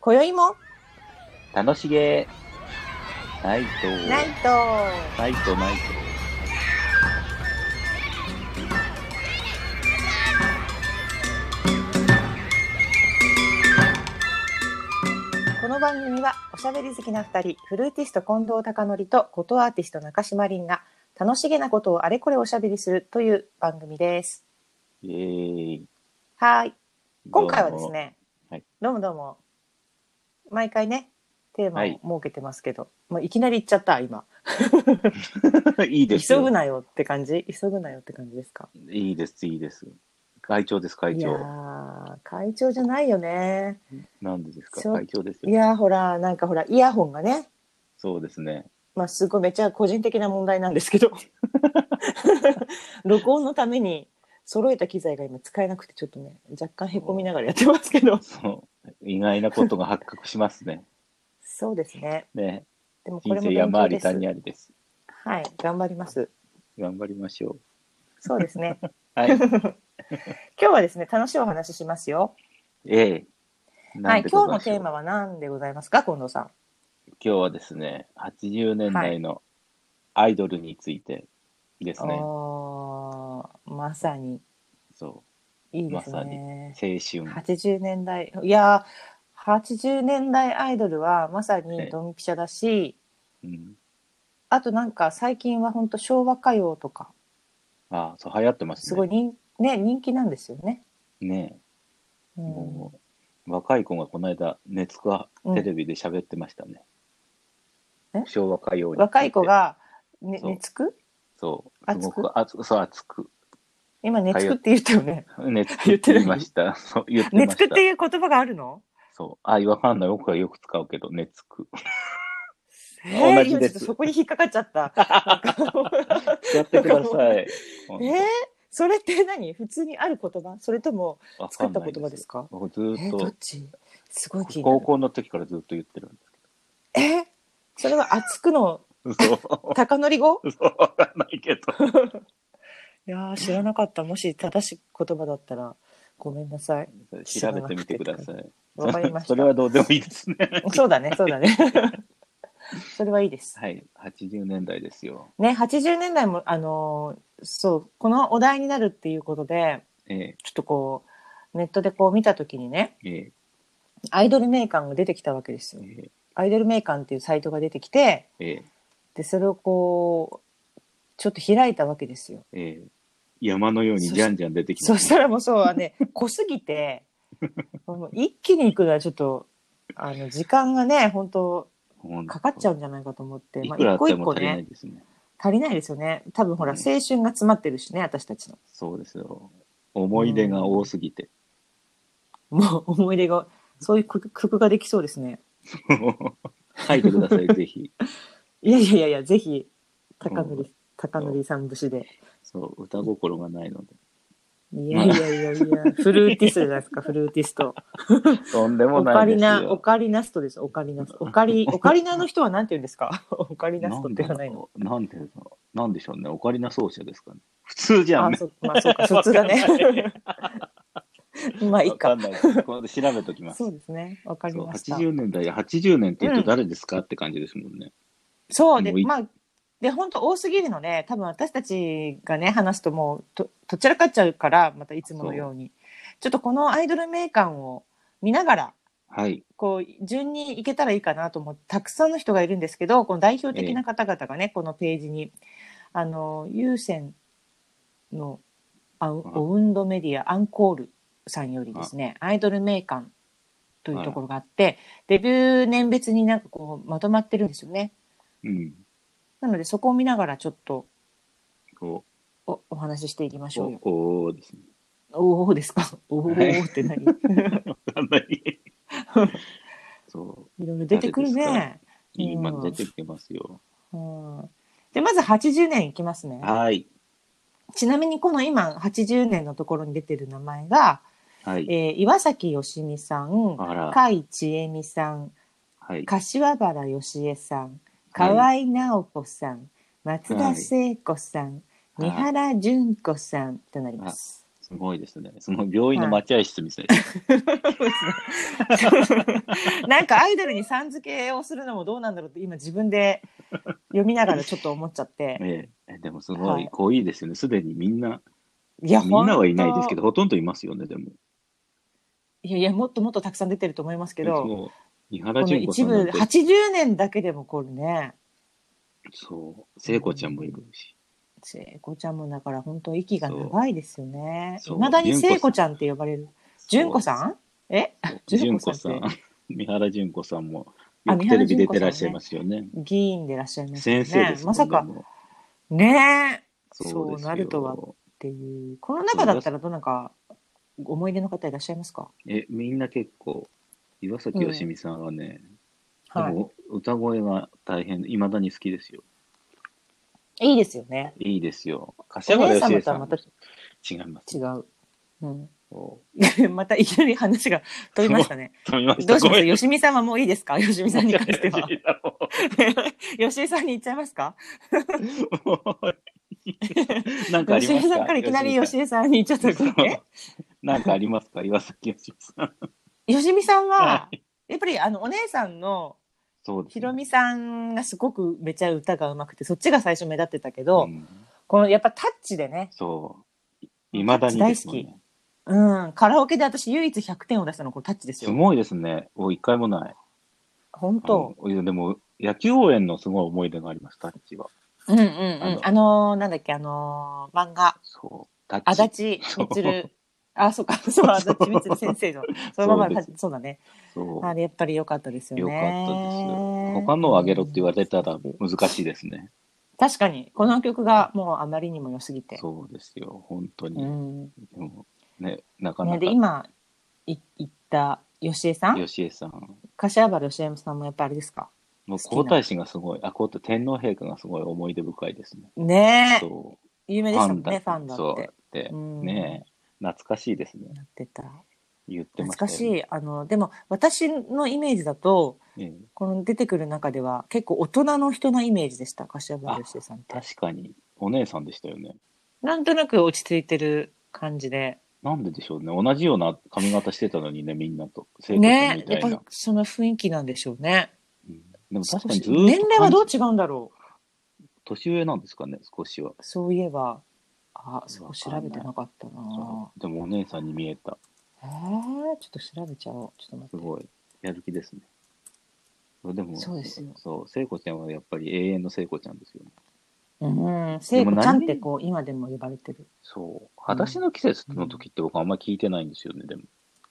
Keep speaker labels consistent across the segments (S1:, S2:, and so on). S1: 今宵も
S2: 楽しげナイト
S1: ナイト
S2: ナイトナイト
S1: この番組はおしゃべり好きな二人フルーティスト近藤貴則とことアーティスト中島凛が楽しげなことをあれこれおしゃべりするという番組です
S2: イエーイ
S1: はーい今回はですね
S2: どうもはい
S1: どうもどうも毎回ねテーマ
S2: は
S1: を
S2: い
S1: 設けてますけど、い、もういきなり言っちゃった今
S2: どうも いいです
S1: 急ぐ
S2: よ
S1: なよって感じ急ぐなよって感じですか
S2: いいですいいです会長です会
S1: いや
S2: 長
S1: ー会長じゃないよね
S2: なんでですか
S1: そう
S2: 会長です
S1: い
S2: よ
S1: やーほらなんかほらイヤホンがね
S2: そうですね
S1: まあ、すごいめっちゃ個人的な問題なんですけ ど録音のために揃えた機材が今使えなくてちょっとね若干へこみながらやってますけど
S2: そう意外なことが発覚しますね
S1: そうですね
S2: ね
S1: でもこ
S2: 人
S1: れも
S2: 生山あ
S1: 勉強
S2: り
S1: です
S2: 谷ありです
S1: はい頑張ります
S2: 頑張りましょう
S1: そうですね
S2: はい
S1: 今日はですね楽しいお話ししますよ
S2: ええ
S1: はい今日
S2: なん
S1: の
S2: でございましょう
S1: テーマは何でございますか近藤さん
S2: 今日はですね80年代のアイドルについてですね、
S1: おーまさに
S2: そ
S1: いいです
S2: まさ
S1: ね
S2: う青春
S1: 80年代いやー80年代アイドルはまさにドンピシャだし、
S2: うん、
S1: あとなんか最近は本当昭和歌謡とか
S2: ああそう流行ってますね
S1: すごい人,、ね人気なんですよね。
S2: ね
S1: う
S2: え
S1: ん、
S2: もう若い子がこの間「熱くはテレビで喋ってましたね、
S1: うんえ
S2: 昭和歌謡について
S1: 若い子が、ね、
S2: そう
S1: 寝つく
S2: そうす
S1: 熱く
S2: ごく熱そう熱く
S1: 今寝つくって言ったよね。
S2: 熱く
S1: 言っ
S2: ってて
S1: ない
S2: 言いましたそう言って
S1: 寝
S2: ま
S1: つく
S2: し
S1: ったていう言葉があるの
S2: そうあわかんない僕はよく使うけど熱く
S1: えー、
S2: 同
S1: 今
S2: じ
S1: ちょ
S2: で
S1: っ
S2: す
S1: とそこに引っかかっちゃ った。
S2: やってくだ さい
S1: えー、それって何普通にある言葉それとも
S2: わ
S1: 作
S2: か
S1: っ
S2: ん
S1: た
S2: ない
S1: 言葉ですか
S2: 僕ずー
S1: え
S2: っ
S1: ー、
S2: と
S1: どっちすごい気にな
S2: 高
S1: る。
S2: 校の時からずっと言ってるんです
S1: えー、それは熱くの
S2: けど。 嘘。
S1: 高則語
S2: 嘘わかんないけど。
S1: いやー知らなかった。もし正しい言葉だったらごめんなさい。
S2: 調べてみてください。
S1: わかりました。
S2: それはどうでもいいですね。
S1: そうだね、そうだね。 それはいいです。
S2: はい、80年代ですよ。
S1: ね、80年代も、あのーそう、このお題になるっていうことで、
S2: ええ
S1: ちょっとこう、ネットでこう見たときにね、
S2: ええ
S1: アイドル名鑑が出てきたわけですよ。
S2: え
S1: アイドル名鑑っていうサイトが出てきて、
S2: ええ
S1: で、それをこう、ちょっと開いたわけですよ。
S2: えええ山のようにじゃんじゃん出てき
S1: そ
S2: ま
S1: し
S2: す。
S1: たらもうそう、あの ね、濃すぎて、もう一気に行くのはちょっと、あの、時間がね、本当かかっちゃ
S2: う。
S1: うんじゃないかと思って、
S2: い
S1: まあ、
S2: くらあ
S1: 一
S2: っ
S1: 個
S2: て
S1: 一
S2: も
S1: 個
S2: 足りな
S1: ね
S2: い、ですね。
S1: 足りないですよね多分ほら
S2: うん
S1: 青春が詰まってるしね私たちの
S2: そうですよ。思い出が多すぎて。
S1: もう思い出がそういう曲曲ができそうですね
S2: 書いてください、 ぜひ。
S1: いやいやいやいやぜひ高
S2: う
S1: 則高則さん節で
S2: そう、歌心がないので。
S1: いやいやいやいやフルーティストじゃないですかフルーティスト
S2: とんでも
S1: オ
S2: な
S1: カ
S2: いで
S1: リ
S2: す
S1: ナオ
S2: よ。
S1: カリナストですオカリナストオカリオカリナの人はなんて言うんですか オカリナストって言わないの
S2: なんでだろうなんでしょうね。オカリナ奏者ですかね。普通じゃん
S1: あ。そ,、まあ、そうかそっちだ ねまあいい
S2: わ
S1: か
S2: んないです。これで調べときます。
S1: そうですね わかり
S2: そう
S1: ました
S2: 80年代、80年って言うと誰ですか、って感じですもんね。
S1: そうで
S2: もうい
S1: まあで本当多すぎるので多分私たちがね話すともうととっちらかっちゃうからまたいつものようにちょっとこのアイドル名鑑を見ながら
S2: はい。
S1: こう順にいけたらいいかなと思ってたくさんの人がいるんですけどこの代表的な方々がね、このページにあの有線のあオウンドメディアアンコールさんよりですねアイドル名鑑というところがあってデビュー年別になんかこうまとまってるんですよね。
S2: うん。
S1: なのでそこを見ながらちょっと
S2: お、
S1: おお話ししていきましょうよ。
S2: お、おですね。
S1: おおですか。おお
S2: はい
S1: って何？い
S2: わかんない。そ
S1: ろいろ出てくるね。
S2: う。今
S1: うん
S2: 出てきてますよ。
S1: うん。でまず80年いきますね。
S2: はい。
S1: ちなみにこの今80年のところに出てる名前が、
S2: はい。
S1: えー、岩崎よしみさん、
S2: あら。
S1: 甲斐千恵美さん、
S2: はい。
S1: 柏原よしえさん、河合直子さん、松田聖子さん、
S2: はい
S1: 三原純子さんとなります。
S2: すごいですね。その病院の待合室みたいな。
S1: なんかアイドルにさん付けをするのもどうなんだろうって今自分で読みながらちょっと思っちゃ って。
S2: えええでもす
S1: は
S2: ごい
S1: い
S2: 濃いですよね。すでにみんな、
S1: いや、
S2: みんなはいないですけ
S1: ど。
S2: ど、ほとんどいますよね、でも。
S1: いやいや、もっともっとたくさん出てると思いますけど、こ
S2: そう伊原
S1: の
S2: 純子さ
S1: 一
S2: んな
S1: 部、
S2: んて、
S1: 80年だけでもこれね、
S2: そう、聖子ちゃんもいるし。
S1: 聖子ちゃんもだから本当息が長いですよね。
S2: そう
S1: いまだに
S2: 純子さん
S1: 聖子ちゃんって呼ばれる。純子さんえ
S2: そう純子さん
S1: 純子。
S2: 三原純子さんも、
S1: あ
S2: よくテレビ出てらっしゃいますよね。
S1: 議員でいらっしゃいますよね。
S2: 先生ですもん
S1: まさか、
S2: でも
S1: ねえ、
S2: そうですよ
S1: そうなるとはっていう。この中だったらどんなんか思い出の方いらっしゃいますか
S2: え、みんな結構、岩崎よしみさんはね、
S1: は
S2: でも歌声が大変、いまだに好きですよ。
S1: い。いいですよね。
S2: いいですよ。
S1: お
S2: 柏原
S1: 姉
S2: 芳
S1: 様
S2: 恵
S1: と
S2: さ
S1: はま
S2: ん
S1: た。
S2: 違います。
S1: 違う。うん。
S2: そ
S1: またいきなり話が飛びましたね。
S2: う飛びまし
S1: どう
S2: た。
S1: し
S2: ご
S1: ま
S2: め
S1: す
S2: ん。
S1: よしみさんはもういいですかよしみさんに関して は。
S2: は。
S1: よしみさんに言っちゃいますか
S2: なんかあ
S1: よ
S2: り
S1: し
S2: ま
S1: み
S2: す
S1: さ
S2: か
S1: んからいきなりよし
S2: 吉
S1: みさんに言っちゃ
S2: 井
S1: った
S2: さん
S1: からね。
S2: なんかありますか岩崎よしみさん。
S1: よしみさんは
S2: は、
S1: やっぱりあのお姉さんの
S2: そうです
S1: ひ
S2: ね
S1: ろみさんがすごくめちゃ歌がうまくて、そっちが最初目立ってたけど、
S2: うん
S1: このやっぱタッチでね、
S2: そう。いまだにですもん
S1: 大
S2: ね。
S1: うん、カラオケで私唯一100点を出したのこのタッチです
S2: す
S1: よ。
S2: ごいですね。お、一回もない。
S1: 本当。
S2: うんいやでも、野球応援のすごい思い出があります、タッチは。
S1: うんうんうん。あ
S2: あ
S1: のーなんだっけ、あのー漫画、
S2: そう。タッ
S1: 足
S2: チ。
S1: 立
S2: そう
S1: みつる。あ、 そうか、そう、足立みつる先生の。そのまま
S2: そう
S1: だ
S2: です、
S1: そうだね。
S2: そう。
S1: あれ、やっぱり良かったですよね。
S2: よかったですよ。他のをあげろって言われたら難しいですね。
S1: 確かに、この曲がもうあまりにも良すぎて。
S2: そうですよ、本当
S1: う
S2: に。
S1: ん。
S2: でもね、なか
S1: ね、
S2: なか
S1: で、。今、い、言った、吉江さん
S2: 吉江さん。
S1: 柏原吉江さんもやっぱあれですか
S2: もう
S1: 好きな
S2: 皇太子がすごい、あ、皇太天皇陛下がすごい思い出深いですね。
S1: ねえ。
S2: そ
S1: 有
S2: う。
S1: 名でしたもんね、ファンだ
S2: そ
S1: っ
S2: う
S1: て
S2: だ。って。
S1: うん
S2: ねえ懐かしいですね。
S1: なってた。
S2: 言ってました
S1: 懐かし
S2: よ。
S1: い。あの、でも、私のイメージだと、
S2: ええ
S1: この出てくる中では結構大人の人のイメージでした柏原芳恵さんって
S2: 確かに、お姉さんでしたよね。
S1: なんとなく落ち着いてる感じで
S2: なんででしょうね。同じような髪型してたのにね、みんなと。聖子ちゃん
S1: ね
S2: みた
S1: や
S2: いな。
S1: っぱその雰囲気なんでしょうね
S2: うんでも確かにずーっと
S1: 年齢はどう違うんだろう
S2: 年上なんですかね、少しは。
S1: そういえばあそこ
S2: わ
S1: 調
S2: かんない
S1: べてなかったな
S2: でもお姉さんに見えた。
S1: えー、ちょっと調べちゃおうちょっ
S2: す
S1: と待って
S2: ごい。やる気ですね。でも、
S1: そうですよ
S2: そう、聖子ちゃんはやっぱり永遠の聖子ちゃんですよね。
S1: うん聖子ちゃんってこう今でも呼ばれてる
S2: そう。裸足の季節の時って僕あんま聞いてないんですよね、でも。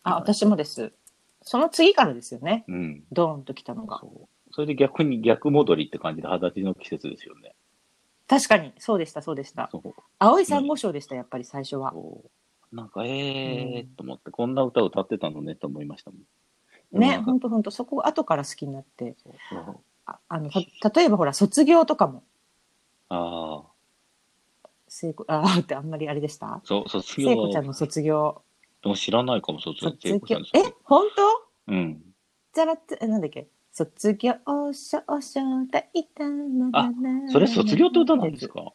S1: あ私もですその次からですよね
S2: うん。
S1: ドーンと来たのが
S2: そう。それで逆に逆戻りって感じで裸足の季節ですよね。
S1: 確かにそうでしたそうでした
S2: そう。
S1: 青い珊瑚礁でしたやっぱり最初は
S2: そうなんか、え
S1: う
S2: ー
S1: ん
S2: と思って、こんな歌歌ってたのねと思いましたもん。
S1: ね、
S2: うん
S1: ほんとほんと、そこ後から好きになって。
S2: そう
S1: ああの、た例えばほら、卒業とかも、
S2: ああ、
S1: 聖子、ああってあんまりあれでした
S2: そう、卒
S1: 聖
S2: 業。
S1: 子ちゃんの卒業。
S2: でも知らないかも、卒業。
S1: 卒
S2: 聖子ちゃ
S1: 業
S2: んの。卒
S1: え
S2: 業、
S1: ほんと
S2: うん。
S1: じゃらつ、えなんだっけ卒業証書だいたななな
S2: それ卒業って歌なんですか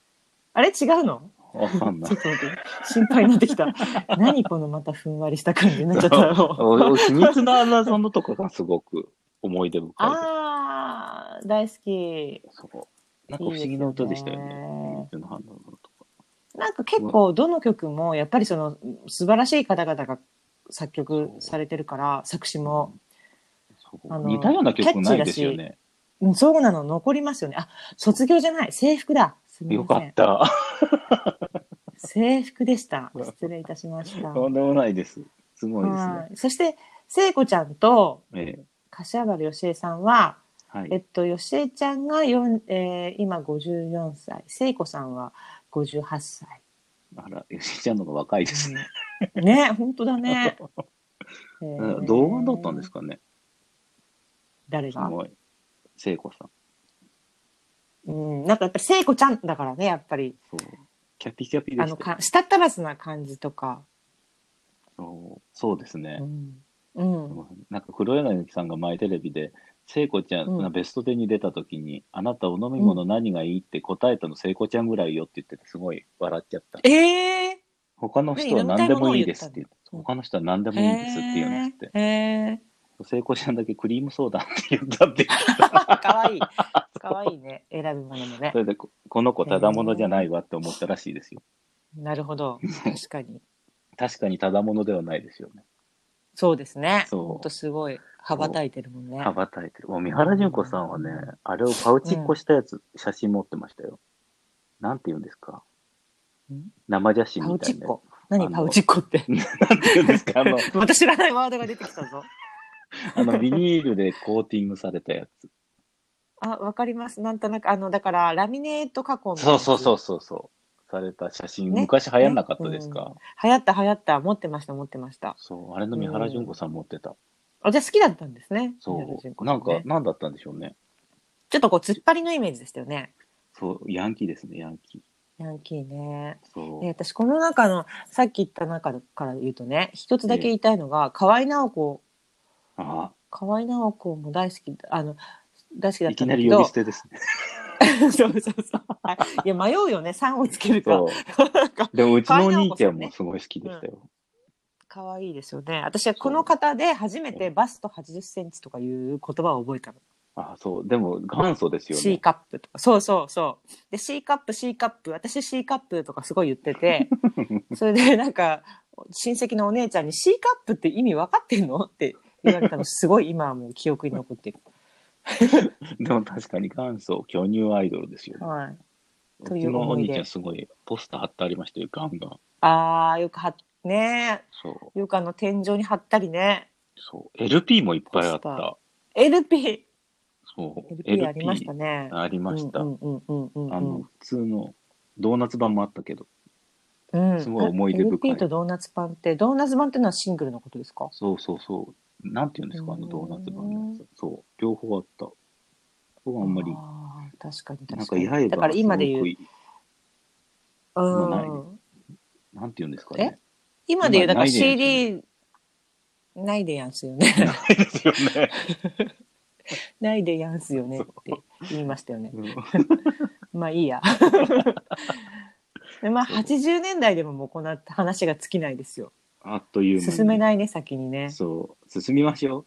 S1: あれ違うの
S2: わか んな
S1: ち
S2: い
S1: ょ。っと待って心配になってき た。何このまたふんわりした感じになっちゃったろう。
S2: お秘密のアナゾンのとかがすごく思い出深いです。
S1: ああ、大好き。
S2: そうなんか不思議な歌でした
S1: い
S2: よ
S1: いです
S2: ね。
S1: よね
S2: 秘密のアナゾンとか。
S1: なんか結構どの曲もやっぱりその素晴らしい方々が作曲されてるから作詞も、
S2: そう
S1: あの
S2: 似たような曲ないですよね。
S1: うんそうなの残りますよねあ卒業じゃない制服だすみ
S2: よ
S1: ま
S2: か
S1: せ
S2: っ
S1: ん
S2: た。
S1: 制服でした失礼いたしました
S2: とんでもないです。すごいですね。
S1: はいそして聖子ちゃんと
S2: ええ
S1: 柏原芳恵さんは、
S2: はい
S1: えっと芳恵ちゃんがよん、えー今54歳聖子さんは58歳
S2: あら、よしちゃんの方が若いですね。
S1: うんね本当だ ね、え
S2: うん童顔だったんです
S1: か
S2: かね。
S1: 誰
S2: す
S1: が
S2: ごい。聖子さん。
S1: うん、なんかやっぱり聖子ちゃんだからね、やっぱり。
S2: そう。キャピキャピで
S1: あ
S2: し
S1: の、
S2: たよ
S1: か、したったらずな感じとか。
S2: そうそうですね
S1: う。ん。うん。
S2: なんか黒柳さんが前テレビで聖子ちゃん
S1: う
S2: が
S1: ん
S2: ベスト10に出た時に、あなたお飲み物何がいいって答えたの聖子ちゃんぐらいよって言っててすごい笑っちゃった。
S1: ええ
S2: 他の人は何でもいいですって言って、他の人は何でもいいんですって言うんですって。
S1: へえ。
S2: 聖子ちゃんだけクリームソーダって言ったって。
S1: かわいい。かわいいね。選ぶものもね
S2: そ。れでこ、この子ただものじゃないわって思ったらしいですよ。
S1: なるほど。確かに。
S2: 確かにただものではないですよね。
S1: そうですね。
S2: そう
S1: ほんとすごい。羽ばたいてるもんね
S2: 羽。ばたいてる。もう三原純子さんはね、あれをパウチっこしたやつ、写真持ってましたよ。なんて言うんですか
S1: ん
S2: 生写真
S1: パウ
S2: みた
S1: チ
S2: い
S1: ッ
S2: なや
S1: コ。何
S2: あの
S1: パウチッコって。
S2: つ。 なんて言うんですかあ の、
S1: また知らないワードが出てきたぞ。
S2: あのビニールでコーティングされたやつ。
S1: あ、わかります。なんとなく、あの、だから、ラミネート加工みたいな
S2: そう
S1: やつ
S2: そうそうそうそう。された写真、
S1: ね
S2: 昔流行んなかったですか、
S1: 流行った流行った。持ってました、持ってました。
S2: そう、あれの三原純子さん持ってた。
S1: あ、じゃあ好きだったんですね。
S2: そ
S1: ミラルジンコ
S2: う、
S1: さ
S2: なんん
S1: ね
S2: か、なんだったんでしょうね。
S1: ちょっとこう、突っ張りのイメージでしたよね。
S2: そう、ヤンキーですね、ヤンキー。
S1: ヤンキーね。
S2: そう。
S1: ね私、この中の、さっき言った中から言うとね、一つだけ言いたいのが、河合直子、
S2: あ
S1: 河合直子も大好き、あの、大好きだ
S2: あ、
S1: っ
S2: い
S1: た
S2: き
S1: ん
S2: な
S1: だけ
S2: り呼び
S1: ど
S2: 捨、てですね。
S1: そうそうそう。はいいや、迷うよね、3をつけるか
S2: そ。
S1: なんか
S2: う。でも、うちのお兄ちゃ
S1: 可愛いなお子さん
S2: ん
S1: ね
S2: もすごい好きでしたよ。
S1: 可愛いですよね。私はこの方で初めてバスト80センチとかいう言葉を覚えたの。
S2: ああ、そう。でも、元祖ですよ
S1: C
S2: ね。
S1: カップとか。そうそうそう。で、C カップ、C カップ、私 C カップとかすごい言って て、それでなんか、親戚のお姉ちゃんに C カップって意味分かってんのって言われたの、すごい今はもう記憶に残っ てる。
S2: でも、確かに元祖、巨乳アイドルですよね。
S1: はい。と
S2: う
S1: い
S2: ち
S1: う
S2: のお
S1: 思い
S2: 兄
S1: 出
S2: ちゃん、すごい、ポスター貼ってありましたよ、ガンガン。
S1: あー、よくは、ね
S2: そう。
S1: えよくあの天井に貼ったりね。
S2: そう。LP もいっぱいあっ
S1: ポスタ
S2: た。
S1: LP、
S2: そう。
S1: LP ありましたね。
S2: ありました。
S1: うんうんうんうんうん、
S2: あの、普通の、ドーナツ版もあったけど。
S1: うん
S2: すごい思い出深い
S1: あ LP とドーナツパンって、ドーナツパンっていうのはシングルのことですか
S2: そうそうそう。なんて言うんですか、あのドーナツ版のやつ。そう。両方あった。僕はあんまり、
S1: あー確かに確かに。
S2: なんか、八重
S1: だ
S2: が
S1: から
S2: すご
S1: 今で言う
S2: くいい、
S1: う
S2: ない
S1: ん。
S2: なんて言うんですかね。
S1: 今で言う、だから
S2: 今ないでや
S1: CD、ないでやんすよ ね。
S2: ないですよね。
S1: ないでやんすよねって言いましたよね。まあいいや。でまあ
S2: そう
S1: 80年代でももうこんな話が尽きないですよ。
S2: あっという間に。
S1: 進め
S2: い。
S1: ないね、先にね。
S2: そう。進みましょ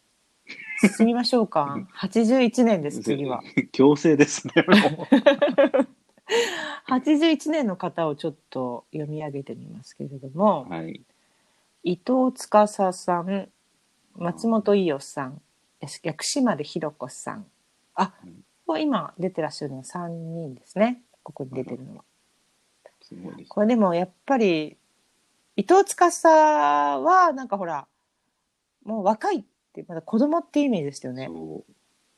S1: 進みましょうか。81年で
S2: う。
S1: す、次 は。。
S2: 強制ですね。もう
S1: 81年の方をちょっと読み上げてみますけれども。
S2: はい。
S1: 伊藤司さん松本伊代さんやし薬師丸ひろ子さんあ
S2: うん
S1: これ今出てらっしゃるのは3人ですねここに出てるのは。
S2: すごいです。
S1: これでもやっぱり伊藤司はなんかほらもう若いってまだ子供っていうイメージでしたよね。
S2: そ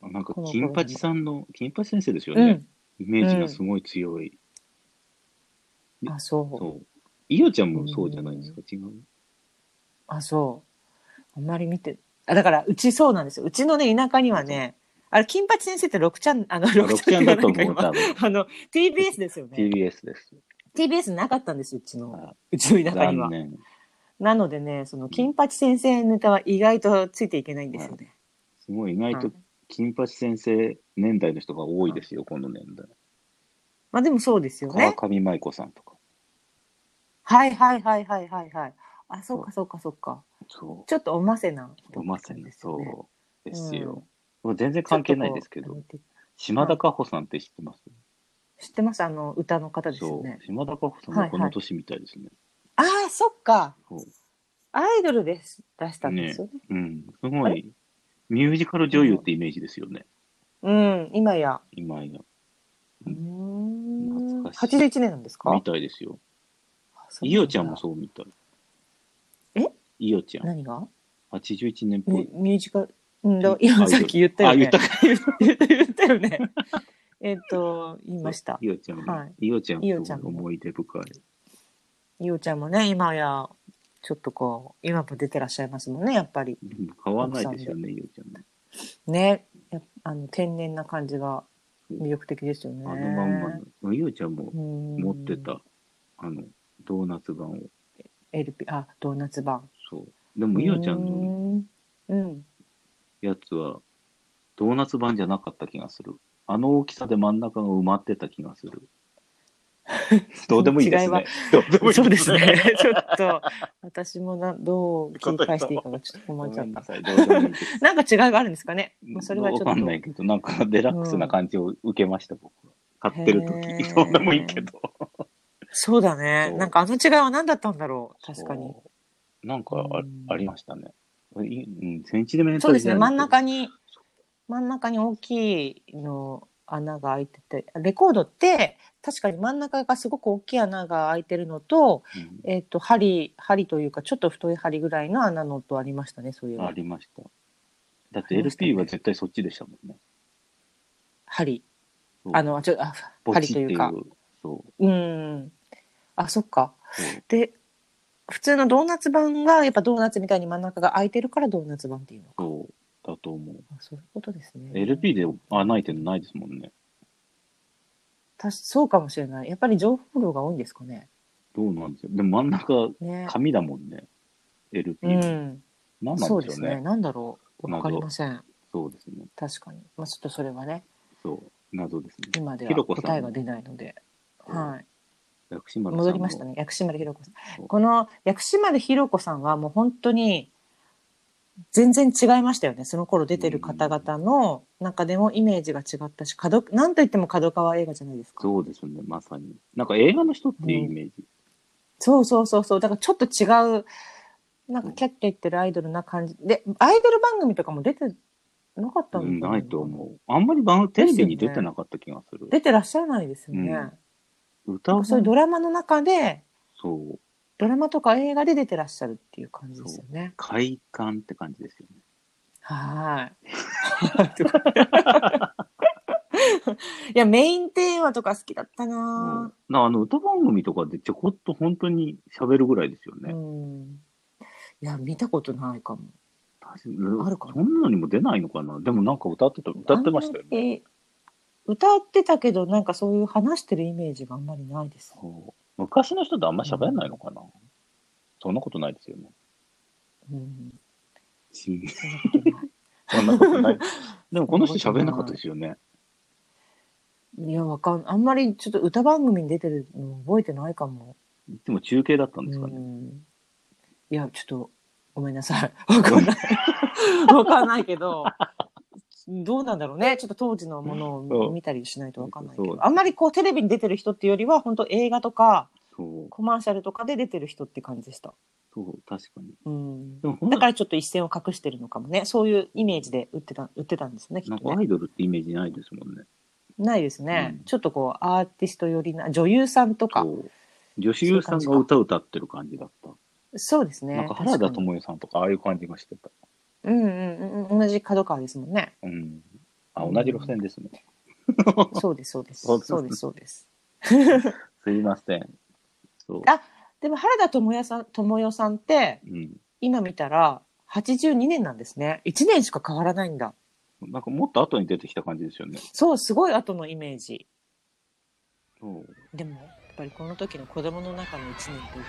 S2: う。なんか
S1: この、頃に
S2: 金八さんの、金八先生ですよ
S1: う
S2: ね。
S1: ん、
S2: イメージがすごい強い。
S1: あそう
S2: そう。いよちゃんもそうじゃないですか。違う。
S1: あそうあんまり見てあだからうちそうなんですようちのね田舎にはねあれ金八先生って六ちゃんあの
S2: 六
S1: 六
S2: ち
S1: ちゃ
S2: ゃん
S1: んじゃな
S2: だと
S1: いか
S2: 思う、
S1: 今
S2: 多分。
S1: あの TBS ですよね。
S2: TBS です。
S1: TBS なかったんですうちの
S2: あ
S1: うちの田舎には
S2: 残念。
S1: なのでねその金八先生ネタは意外とついていけないんですよね、
S2: すごい、意外
S1: は
S2: と
S1: い
S2: 金八先生年代の人が多いですよ、この年代。
S1: まあでもそうですよ
S2: 川
S1: ね
S2: 上舞子さんとか。
S1: はいはいはいはいはいはいあそうかそうかそうか
S2: そ
S1: ちょっとおませな
S2: う。まさ
S1: 人
S2: に
S1: ですよね
S2: そうで
S1: うん
S2: すよ。もう全然関係ないですけ
S1: ちょっ
S2: ど、
S1: とこうあ
S2: 島田加穂さんって知ってます
S1: の知ってますあの歌の方ですよ
S2: そ
S1: ね
S2: う。島田加穂さん
S1: はいは
S2: も
S1: い
S2: この年みたいですね。
S1: ああそっか
S2: そう
S1: アイドルです出したんですよね
S2: うん。すご
S1: あ
S2: い、ミュージカル女優ってイメージですよね、
S1: うん今や
S2: 今や。
S1: うーん
S2: 懐かしい
S1: 81年なんですか
S2: みたいですよ。
S1: あそう
S2: い
S1: なんだ
S2: よちゃんもそうみたい。
S1: え
S2: いよちゃん。
S1: 何が
S2: 81年っぽ
S1: ミ
S2: い
S1: ュ。ミュージカル、うん、だ今さっき言ったよね。
S2: あ言った
S1: 言った言ったよね。えっと、言いました。
S2: いよちゃんも、。
S1: はい
S2: よちゃん
S1: いよちゃん
S2: も
S1: も
S2: 思い出深い。
S1: ゆうちゃんもね、今や、ちょっとこう、今も出てらっしゃいますもんね、やっぱり。
S2: うん買わないですよね、ゆうちゃんね。
S1: ね。やっあの天然な感じが魅力的ですよね。
S2: あのまんまの。ゆうちゃんも
S1: うん
S2: 持って。た、あの、ドーナツ版を。
S1: LP、あ、ドーナツ版。
S2: そう。でも、ゆうちゃんの
S1: うーん。うん。
S2: やつは、ドー ナツ版じゃなかった気がする。あの大きさで真ん中が埋まってた気がする。どうでもいいです
S1: 違いは
S2: ね。どでもいい
S1: そう ですね。ちょっと、私もな、どう切り返していいかがちょっと
S2: ご
S1: 困っちゃ
S2: め
S1: っ
S2: んな
S1: た。
S2: さい。どうでもいいです。
S1: なんか違いがあるんですかね。まあ、 それはちょっ
S2: わ
S1: と。
S2: かんないけど、なんかデラックスな感じを受けました、僕は。買ってる
S1: へ
S2: 時
S1: ー
S2: どうでもいいけど。
S1: そうだね
S2: そ。う
S1: なんかあの違いは何だったんだろう。確かに。
S2: そう。なんかあ,、
S1: うん
S2: ありましたね。いうん、センチでメン
S1: そうですね。真ん
S2: に
S1: 中に、真ん中に大きいの穴が開いてて、レコードって、確かに真ん中がすごく大きい穴が開いてるのと、えっ、と、針、針というか、ちょっと太い針ぐらいの穴のとありましたね、そうい
S2: うん
S1: う
S2: ありました。だって LP は絶対そっちでしたもんね。
S1: 針。
S2: そう
S1: あの、ちょあ
S2: ポ
S1: 針
S2: チっ
S1: と
S2: て
S1: いうか。
S2: そう。
S1: うん。あ、そっか。
S2: そう
S1: で、普通のドーナツ版が、やっぱドーナツみたいに真ん中が空いてるからドーナツ版っていうのか。
S2: そうだと思う。
S1: あそういうことですね。
S2: LP で穴開いてるのないですもんね。
S1: たしそうかもしれない。やっぱり情報量が多いんですかね。
S2: どうなんですよ。でも真ん中、
S1: ね。
S2: 紙だもんね。LP
S1: う
S2: も。
S1: ん。
S2: 何なん
S1: そう
S2: で
S1: で
S2: し
S1: す
S2: ょう
S1: ね。
S2: ね。
S1: なんだろう。わかりません。
S2: そうですね。
S1: 確かに。まあ、ちょっとそれはね、
S2: そう。謎ですね。
S1: 今で
S2: ひろ
S1: は
S2: こさん
S1: 答えが出ないので。はい。
S2: 薬師丸さんの
S1: 戻りましたね。薬師丸ひろ子さ
S2: そ
S1: ん。
S2: う
S1: この薬師丸ひろ子さんはもう本当に全然違いましたよね。その頃出てる方々の中でもイメージが違ったし、角、なんといっても角川映画じゃないですか。
S2: そうですね、まさに。なんか映画の人っていうイメージ。
S1: そうそうそうそう。だからちょっと違う、なんかキャッキャ言ってるアイドルな感じ。で、アイドル番組とかも出てなかった
S2: うんん、
S1: だ
S2: ないと思う。あんまり番テレビに出てなかった気がする。
S1: 出てらっしゃらないですよね。
S2: うん
S1: なん
S2: 歌う
S1: かそういうドラマの中で、
S2: そう、
S1: ドラマとか映画で出てらっしゃるっていう感じですよね。
S2: 快感って感じですよね。
S1: はーい。いや、メインテーマとか好きだった
S2: うん
S1: な、
S2: なあの歌番組とかでちょこっと本当に喋るぐらいですよ
S1: ぁ、う
S2: ね。
S1: ん。いや、見たことないかも。
S2: 確かに
S1: あるかな
S2: そんなにも出ないのかなでもなんか歌ってた、歌ってましたよね。
S1: あんり歌ってたけど、なんかそういう話してるイメージがあんまりないです。
S2: そう昔の人ってあんま喋んないのかな、そんなことないですよね。
S1: うん。
S2: そん
S1: そんなことない
S2: なことない。でもこの人喋んなかったですよね。
S1: いや、わかん、あんまりちょっと歌番組に出てるの覚えてないかも。
S2: いつも中継だったんですかね。
S1: うんいや、ちょっと、ごめんなさい。 わかんない。わかんないけど、どうなんだろうね。ちょっと当時のもの
S2: そ
S1: を
S2: う
S1: 見たりしないとわかんないけ
S2: そう
S1: ど、あんまりこうテレビに出てる人っていうよりは、本当映画とか
S2: そう、
S1: コマーシャルとかで出てる人って感じでした。
S2: そう、確かに。
S1: うん
S2: で。もほん
S1: だ
S2: な
S1: かららちょっと一線を隠してるのかもね。そういうイメージで売ってた、売ってたんですね、き
S2: な
S1: っ
S2: んか
S1: と
S2: ア
S1: ね。
S2: イドルってイメージないですもんね。
S1: ないですね、
S2: うん
S1: ちょっとこう、アーティスト寄りな、女優さんとか
S2: そ。う。女子優さん
S1: そう
S2: が
S1: いう感
S2: 歌歌ってる感じだった。
S1: そうですね。
S2: なんか原田
S1: 確かに
S2: 知世さんとかああいう感じがしてた。
S1: うんうんうん、同じ角川ですもん ね。
S2: うん。あ、同じ路線ですね。
S1: そうです、そうです。
S2: そうです
S1: そうです、そうです。
S2: すいません。そう。
S1: あでも原田知世さん、智代さんって、
S2: うん。
S1: 今見たら、82年なんですね。1年しか変わらないんだ。
S2: なんかもっと後に出てきた感じですよね。
S1: そう、すごい後のイメージ。
S2: そう。
S1: でも、やっぱりこの時の子供の中の1年って大きいですね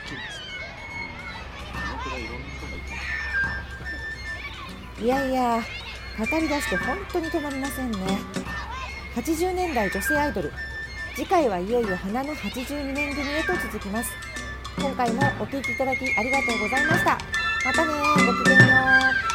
S3: いやいや語り出して本当に止まりませんね80年代女性アイドル次回はいよいよ花の82年組へと続きます今回もお聞きいただきありがとうございましたまたねごきげんよう